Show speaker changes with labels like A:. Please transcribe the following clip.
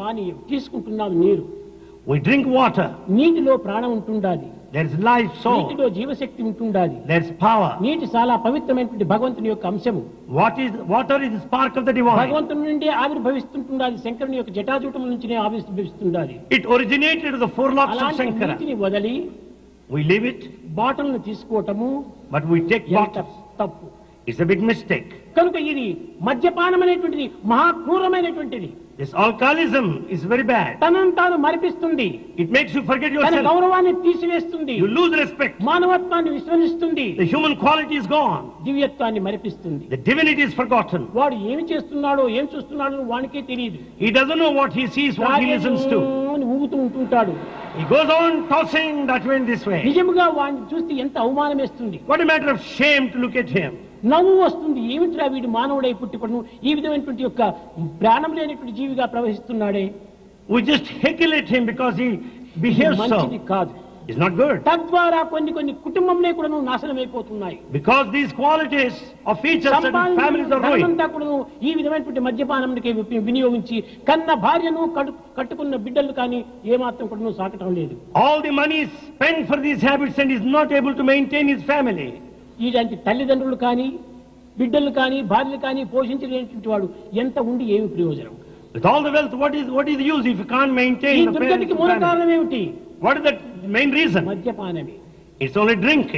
A: కానీ తీసుకుంటున్నావు నీరు
B: We drink water.
A: నీటిలో ప్రాణం ఉంటుండాలి
B: There is life soul.
A: నీటిలో జీవశక్తి ఉంటుండాలి
B: There is power.
A: నీటి చాలా పవిత్రమైనటువంటి భగవంతుని యొక్క అంశము
B: What is water is the spark of the divine.
A: భగవంతుని నుండి ఆవిర్భవిస్తుంటుండాలి శంకరుని యొక్క జటాజూటముల నుంచినే ఆవిర్భవిస్తుండాలి
B: It originated with the four locks of
A: అలాంటి
B: Shankara.
A: నీటిని వదిలి
B: We leave it,
A: బాటిల్ను తీసుకోవటము
B: but we take
A: ఎంత
B: bottles.
A: తప్పు
B: It's a big mistake.
A: కనుక ఇది మద్యపానం అనేటువంటిది మహాక్రూరమైనటువంటిది
B: This alcoholism is very bad.
A: తనను తాను మరిపిస్తుంది
B: It makes you forget
A: తన
B: yourself.
A: గౌరవాన్ని తీసివేస్తుంది
B: You lose respect.
A: మానవత్వాన్ని విస్మరిస్తుంది
B: The human quality is gone.
A: దివ్యత్వాన్ని మరిపిస్తుంది
B: The divinity is forgotten.
A: వాడు ఏమి చేస్తున్నాడో ఏం చూస్తున్నాడో వానికే తెలియదు
B: He doesn't know what he sees, what he listens to.
A: అని ఊగుతూ ఉంటుంటాడు
B: He goes on tossing that way and this way.
A: నిజముగా వాడిని చూస్తే ఎంత అవమానం వేస్తుంది
B: What a matter of shame to look at him.
A: నవ్వు వస్తుంది ఏమిట్రా వీడు మానవుడై పుట్టిపడును ఈ విధమైనటువంటి యొక్క ప్రాణం లేనటువంటి జీవిగా ప్రవహిస్తున్నాడే
B: We just heckle at him because he behaves
A: మంచిది
B: so.
A: కాదు
B: It's not good.
A: తద్వారా కొన్ని కొన్ని కుటుంబంలో కూడా నాశనం అయిపోతున్నాయి
B: Because these qualities of each of certain families are ruined.
A: సంపాదించినంతా కూడాను ఈ విధమైనటువంటి మద్యపానంకి విపి- వినియోగించి కన్న భార్యను కడు- కట్టుకున్న బిడ్డలు కానీ ఏమాత్రం కూడా సాకటం లేదు
B: All the money is spent for these habits and is not able to maintain his family.
A: ఇలాంటి తల్లిదండ్రులు కానీ బిడ్డలు కానీ భార్యలు కానీ పోషించలేనటువంటి వాడు ఎంత ఉండి ఏమి ప్రయోజనం
B: With all the wealth, what is what is the use if you can't
A: ఈ
B: maintain the parents
A: దుర్గతికి
B: and
A: మూల
B: family?
A: కారణం ఏమిటి
B: What is the main reason?
A: మద్యపానమే
B: It's only drink.